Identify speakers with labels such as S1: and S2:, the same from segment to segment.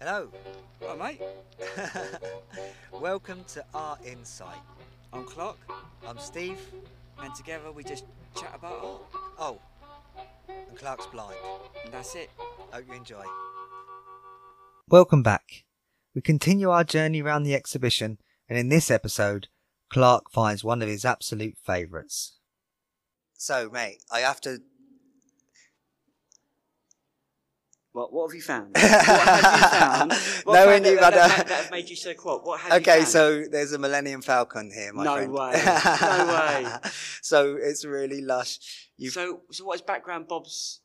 S1: Hello. Hi, mate. Welcome to Art Insight.
S2: I'm Clark,
S1: I'm Steve.
S2: and together we just chat about art,
S1: Oh, and Clark's blind.
S2: and that's it.
S1: Hope you enjoy. Welcome back. We continue our journey around the exhibition, and in this episode, Clark finds one of his absolute favourites. So, mate, I have to.
S2: What What have you found? what have you found? What
S1: Knowing
S2: found
S1: you
S2: that,
S1: had
S2: that,
S1: a-
S2: that, that made you so quiet? What have you
S1: Okay,
S2: found?
S1: so there's a Millennium Falcon here, my
S2: No
S1: friend.
S2: way. No
S1: way. so it's really lush. You've
S2: so so what is background Bob's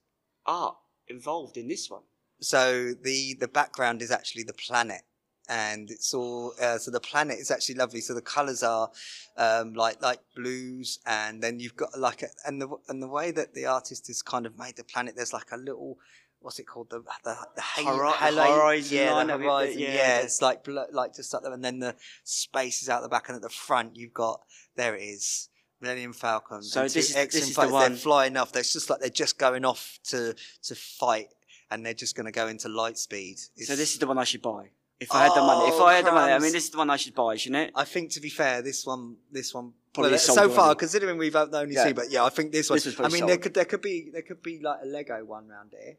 S2: art involved in this one?
S1: so the the background is actually the planet and it's all uh, so the planet is actually lovely so the colors are um, like like blues and then you've got like a, and the and the way that the artist has kind of made the planet there's like a little what's it called the the, the, ha-
S2: Hori-
S1: halo-
S2: horizon
S1: yeah
S2: line
S1: the
S2: of it,
S1: horizon
S2: yeah,
S1: yeah,
S2: the-
S1: it's like bl- like just up there and then the space is out the back and at the front you've got there it is Millennium Falcon
S2: So
S1: and two
S2: this is-
S1: X-Wing
S2: this is the
S1: fighters,
S2: one-
S1: they're flying off they're just like they're just going off to to fight and they're just going to go into light speed.
S2: So this is the one I should buy. If I had the money, if
S1: Oh,
S2: I had the money, I
S1: crumbs.
S2: mean, this is the one I should buy, shouldn't it?
S1: I think to be fair, this one, this one,
S2: Probably
S1: well,
S2: sold
S1: so far,
S2: already.
S1: considering we've only
S2: Yeah.
S1: two, but yeah, I think this one.
S2: This was
S1: I
S2: probably
S1: mean, there
S2: sold.
S1: could there could be there could be like a Lego one round here,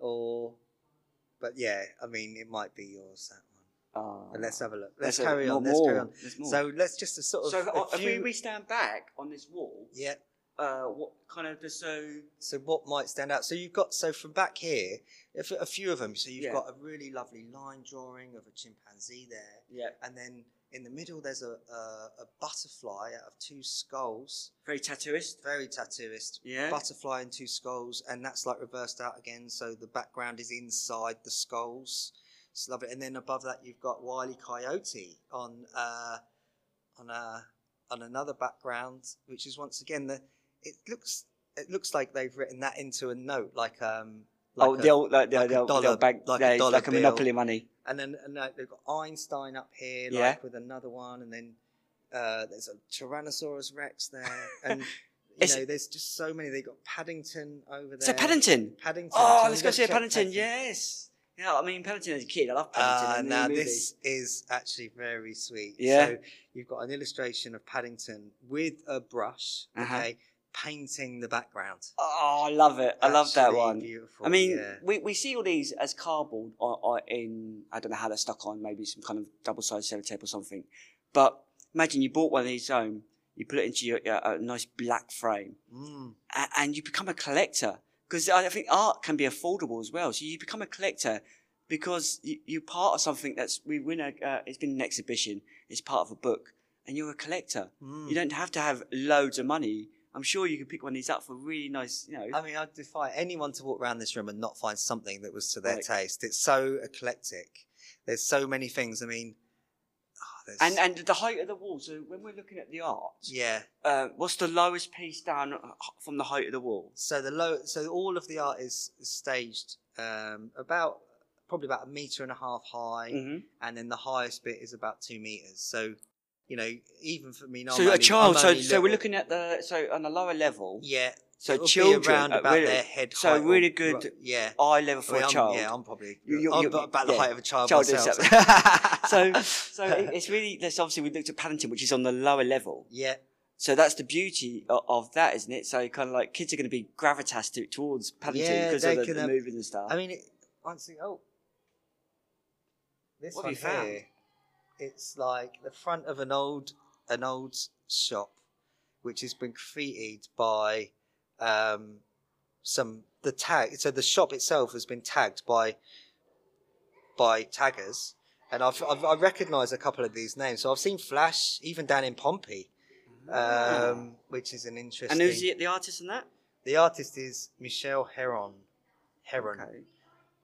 S1: or, but yeah, I mean, it might be yours that one.
S2: Oh.
S1: But let's have a look. Let's
S2: There's a-
S1: carry
S2: more-
S1: on. Let's
S2: more.
S1: carry on.
S2: There's more.
S1: So let's just a sort of.
S2: So if,
S1: a
S2: if we,
S1: few-
S2: we stand back on this wall,
S1: yeah.
S2: uh, what kind of does so?
S1: So what might stand out? So you've got so from back here, if a few of them. So you've
S2: Yeah.
S1: got a really lovely line drawing of a chimpanzee there.
S2: Yeah,
S1: and then in the middle there's a, a, a butterfly out of two skulls
S2: very tattooist.
S1: very tattooist
S2: Yeah.
S1: butterfly and two skulls and that's like reversed out again so the background is inside the skulls it's lovely and then above that you've got wily coyote on uh on a on another background which is once again the it looks it looks like they've written that into a note like um like
S2: oh,
S1: a-
S2: the old, like, the,
S1: like a
S2: the old, the
S1: dollar-
S2: old bank,
S1: like a
S2: yeah, it's
S1: dollar
S2: like a
S1: bill.
S2: monopoly money.
S1: And then and like, they've got Einstein up here,
S2: Yeah.
S1: like with another one, and then uh, there's a Tyrannosaurus Rex there, and you
S2: It's-
S1: know, there's just so many. They got Paddington over there.
S2: So Paddington.
S1: Paddington.
S2: Oh,
S1: Can
S2: let's
S1: you
S2: go
S1: just
S2: see a
S1: check
S2: Paddington. Yes. Yeah, I mean Paddington as a kid, I love Paddington.
S1: Ah,
S2: in the
S1: now
S2: movie.
S1: this is actually very sweet.
S2: Yeah.
S1: So you've got an illustration of Paddington with a brush,
S2: Uh-huh.
S1: okay, painting the background.
S2: Oh, I love it. I love that
S1: Actually
S2: one.
S1: Beautiful.
S2: I mean,
S1: yeah.
S2: we, we see all these as cardboard or, or in I don't know how they're stuck on maybe some kind of double-sided sellotape or something. But imagine you bought one of these home, you put it into your, your a nice black frame,
S1: Mm.
S2: and, and you become a collector because I think art can be affordable as well. So you become a collector because you, you're part of something that's we win a uh, it's been an exhibition, it's part of a book, and you're a collector.
S1: Mm.
S2: You don't have to have loads of money. I'm sure you could pick one of these up for really nice, you know.
S1: I mean, I defy anyone to walk around this room and not find something that was to their
S2: Right.
S1: taste. It's so eclectic. There's so many things. I mean, ah, there's,
S2: and and the height of the wall. So when we're looking at the art,
S1: yeah.
S2: uh, what's the lowest piece down uh, from the height of the wall?
S1: So the low, so all of the art is staged um, about probably about a meter and a half high,
S2: Mhm.
S1: and then the highest bit is about two meters. So, you know, even for me, now,
S2: So
S1: I'm
S2: a
S1: only-
S2: child.
S1: I'm
S2: So
S1: only
S2: so we're
S1: little.
S2: looking at the so on the lower level.
S1: yeah.
S2: So
S1: it'll be
S2: children
S1: around
S2: uh,
S1: about
S2: really-
S1: their head.
S2: so
S1: height or-
S2: really good
S1: yeah.
S2: eye level for
S1: I mean,
S2: a
S1: I'm-
S2: child.
S1: yeah, I'm probably
S2: You- you-
S1: I'm
S2: you-
S1: about the
S2: yeah.
S1: height of a child,
S2: Child
S1: myself.
S2: so so it- it's really that's obviously we looked at Paddington, which is on the lower level.
S1: yeah.
S2: So that's the beauty of, of that, isn't it? So kind of like kids are going to be gravitas to, towards Paddington
S1: Yeah,
S2: because
S1: they
S2: of the,
S1: can,
S2: the
S1: um,
S2: moving and stuff.
S1: I mean, it, once thing. Oh, this
S2: What
S1: one
S2: have you found?
S1: here. It's like the front of an old an old shop, which has been graffitied by um, some the tag. So the shop itself has been tagged by by taggers, and I've, I've I recognise a couple of these names. So I've seen Flash even down in Pompey, um, which is an interesting.
S2: Ah. and who's the, the artist in that?
S1: The artist is Michelle Heron. Heron.
S2: Okay.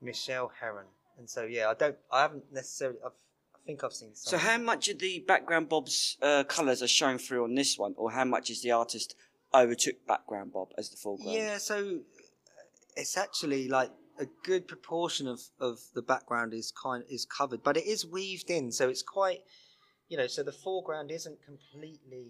S1: Michelle Heron. And so yeah, I don't I haven't necessarily I've, I think I've seen
S2: So
S1: some.
S2: how much of the background Bob's uh, colours are shown through on this one, or how much is the artist overtook background Bob as the foreground?
S1: Yeah, so uh, it's actually like a good proportion of of the background is kind is covered, but it is weaved in, so it's quite you know, so the foreground isn't completely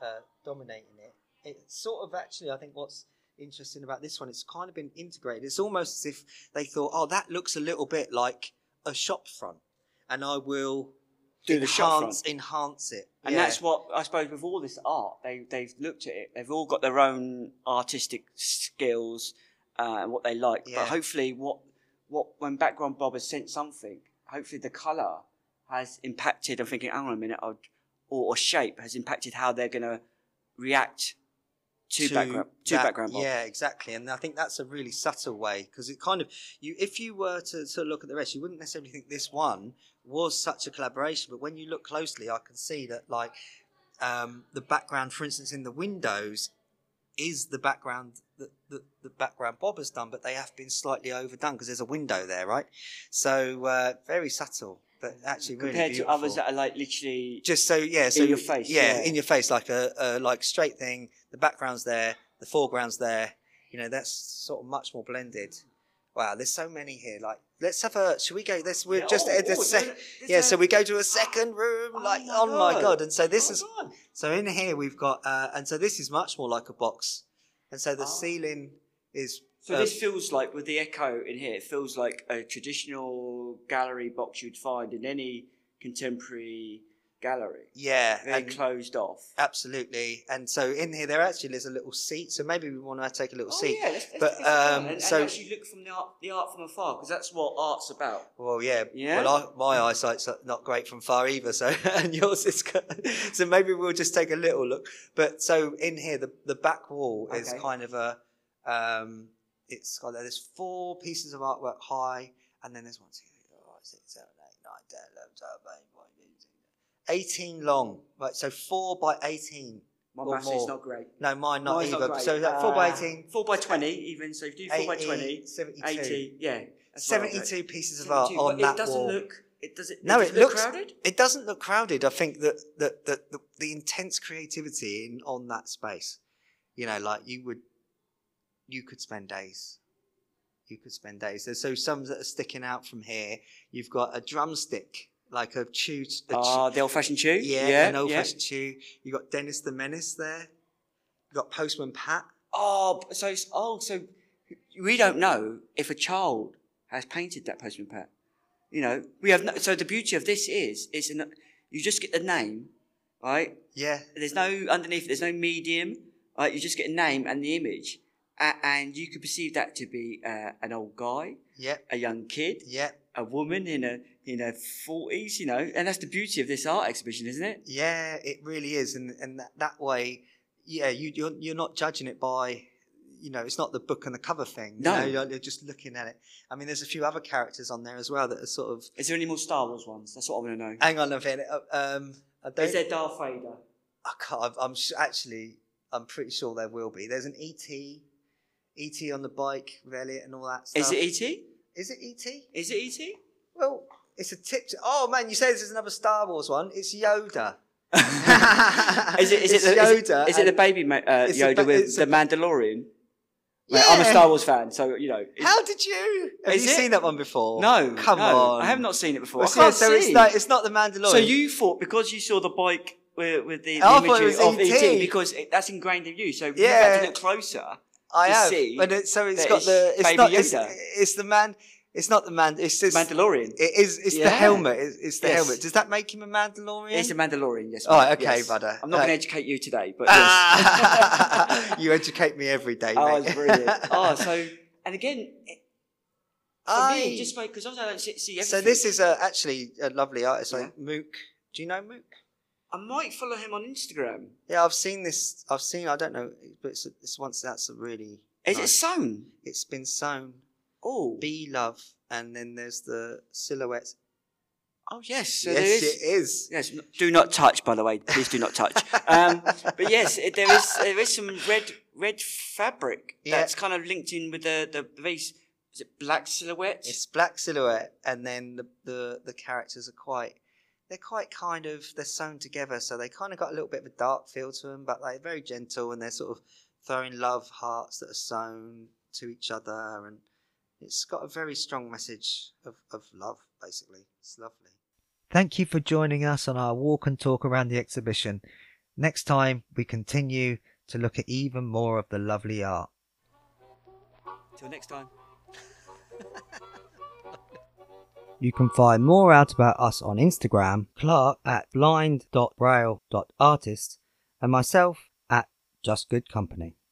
S1: uh, dominating it. It's sort of actually I think what's interesting about this one, it's kind of been integrated. It's almost as if they thought, oh, that looks a little bit like a shop front, and I will
S2: Do the shop front.
S1: enhance enhance it.
S2: And
S1: Yeah.
S2: that's what I suppose with all this art, they they've looked at it. They've all got their own artistic skills uh, and what they like.
S1: Yeah.
S2: But hopefully, what what when background Bob has sent something, hopefully the color has impacted. I'm thinking, hang on a minute, or, or, or shape has impacted how they're going to react to, background to
S1: that-
S2: background Bob.
S1: Yeah, exactly. And I think that's a really subtle way because it kind of you if you were to sort of look at the rest, you wouldn't necessarily think this one was such a collaboration. But when you look closely, I can see that like um, the background, for instance, in the windows is the background that the, the background Bob has done, but they have been slightly overdone because there's a window there, right? So uh, very subtle, but actually really
S2: compared to
S1: beautiful
S2: others that are like literally
S1: just so yeah so
S2: your face,
S1: yeah,
S2: yeah.
S1: in your face like a, a like straight thing the background's there the foreground's there you know that's sort of much more blended wow there's so many here like let's have a should we go this we're
S2: Yeah,
S1: just
S2: oh,
S1: at the
S2: oh,
S1: sec-
S2: there's a- there's
S1: yeah
S2: a-
S1: so we go to a second room
S2: Oh
S1: like
S2: my
S1: oh my
S2: God.
S1: god and so this
S2: Oh
S1: is
S2: God.
S1: so in here we've got uh and so this is much more like a box and so the
S2: Ah.
S1: ceiling is
S2: So
S1: uh,
S2: this feels like with the echo in here, it feels like a traditional gallery box you'd find in any contemporary gallery.
S1: yeah
S2: Very
S1: and-
S2: closed off.
S1: absolutely and so in here there actually is a little seat so maybe we want to take a little seat
S2: Oh, yeah, let's, let's
S1: but,
S2: take a second
S1: um,
S2: and, and
S1: so-
S2: actually look from the art, the art from afar because that's what art's about.
S1: Well, yeah.
S2: Yeah?
S1: Well, I, my eyesight's not great from far either, so and yours is. good. So maybe we'll just take a little look. But so in here, the the back wall is
S2: Okay. kind
S1: kind of a. Um, it's got there's four pieces of artwork high, and then there's one, two, three, four, five, six, seven, eight, nine, ten, eleven, twelve, thirteen, fourteen, fifteen, sixteen. eighteen long. Right, so four by eighteen.
S2: My
S1: Or
S2: maths
S1: more.
S2: is not great.
S1: No, mine not
S2: Mine's
S1: either.
S2: great.
S1: so that four by
S2: Uh,
S1: eighteen.
S2: Four by twenty, even. So if you do four by
S1: 80,
S2: twenty,
S1: 72.
S2: eighty, yeah, that's what I'll do.
S1: 72 pieces of art
S2: 72,
S1: on
S2: but
S1: that
S2: It doesn't
S1: wall.
S2: look. It does it.
S1: No,
S2: does
S1: it
S2: look
S1: looks-
S2: crowded.
S1: it doesn't look crowded. I think that that that the, the intense creativity in on that space, you know, like you would, you could spend days, you could spend days. There's so some that are sticking out from here. You've got a drumstick, like a chew, a
S2: Ah, the old-fashioned chew.
S1: chew yeah,
S2: yeah
S1: an old fashioned chew. You got Dennis the Menace there. You got Postman Pat.
S2: Oh, so it's, oh, so we don't know if a child has painted that postman pat. You know, we have no, so the beauty of this is it's an, you just get the name, right?
S1: Yeah,
S2: There's no underneath. There's no medium. Right? You just get a name and the image, a, and you could perceive that to be uh, an old guy,
S1: yeah,
S2: a young kid,
S1: yeah,
S2: a woman in a in her forties. You know, and that's the beauty of this art exhibition, isn't it?
S1: yeah. It really is, and and that, that way, yeah, you you're, you're not judging it by, you know, it's not the book and the cover thing. you
S2: No.
S1: know, you're, you're just looking at it. I mean, there's a few other characters on there as well that are sort of.
S2: Is there any more Star Wars ones? That's what I want to know.
S1: Hang on a minute. uh, Um, I don't.
S2: Is there Darth Vader?
S1: I can't, I've- I'm s- actually. I'm pretty sure there will be. There's an E ET, ET on the bike with Elliot and all that stuff.
S2: Is it E.T.?
S1: Is it ET?
S2: Is it E E.T.?
S1: Well, it's a tip. To, oh man, you say this is another Star Wars one. It's Yoda.
S2: is it is it
S1: It's
S2: the, is
S1: Yoda
S2: it, is it the
S1: and-
S2: baby ma- uh,
S1: it's a
S2: Yoda
S1: ba-
S2: with
S1: it's
S2: the
S1: a-
S2: Mandalorian? Mate, I'm a
S1: Yeah.
S2: Star Wars fan, so you know. it's-
S1: How did you? Have
S2: Is
S1: you
S2: it?
S1: seen that one before?
S2: no,
S1: come
S2: no,
S1: on.
S2: I have not seen it before.
S1: Well,
S2: I
S1: so-
S2: can't
S1: so it's
S2: see.
S1: not, it's not the Mandalorian.
S2: so you thought because you saw the bike with, with the, the
S1: I thought it
S2: imagery
S1: was
S2: of
S1: ET.
S2: ET because it, that's ingrained in you. So you had to
S1: Yeah.
S2: look closer.
S1: I
S2: to
S1: have.
S2: see
S1: But it, so it's
S2: that
S1: got
S2: it's
S1: the. It's
S2: Baby
S1: not. It's,
S2: Yoda.
S1: it's the man. It's not the man. It's just.
S2: Mandalorian.
S1: it is. It's the
S2: Yeah.
S1: helmet. It's, it's the
S2: Yes.
S1: helmet. Does that make him a Mandalorian?
S2: It's a Mandalorian. Yes.
S1: Oh,
S2: mate,
S1: okay,
S2: yes.
S1: brother.
S2: I'm not
S1: No.
S2: going to educate you today, but
S1: Ah!
S2: yes.
S1: you educate me every day,
S2: oh,
S1: mate.
S2: it's brilliant. Oh, so and again, it, for me,
S1: Aye.
S2: it just made because I don't see, see
S1: so
S2: everything.
S1: this is a, actually a lovely artist,
S2: Yeah.
S1: like Mook. Do you know Mook?
S2: I might follow him on Instagram.
S1: Yeah, I've seen this. I've seen. I don't know, but it's, it's once that's a really.
S2: Is it
S1: nice-
S2: sewn?
S1: It's been sewn.
S2: Oh,
S1: Be love, and then there's the silhouettes.
S2: oh yes. So
S1: yes,
S2: there is.
S1: it is.
S2: Yes. n- Do not touch, by the way. Please do not touch. Um, but yes, it, there is there is some red red fabric
S1: Yeah.
S2: that's kind of linked in with the the base. Is it black silhouette?
S1: It's black silhouette, and then the, the the characters are quite. They're quite kind of they're sewn together, so they kind of got a little bit of a dark feel to them, but they're very gentle, and they're sort of throwing love hearts that are sewn to each other, and it's got a very strong message of, of love, basically. It's lovely. Thank you for joining us on our walk and talk around the exhibition. Next time, we continue to look at even more of the lovely art.
S2: Till next time.
S1: You can find more out about us on Instagram, Clark at blind.braille.artist, and myself at Just Good Company.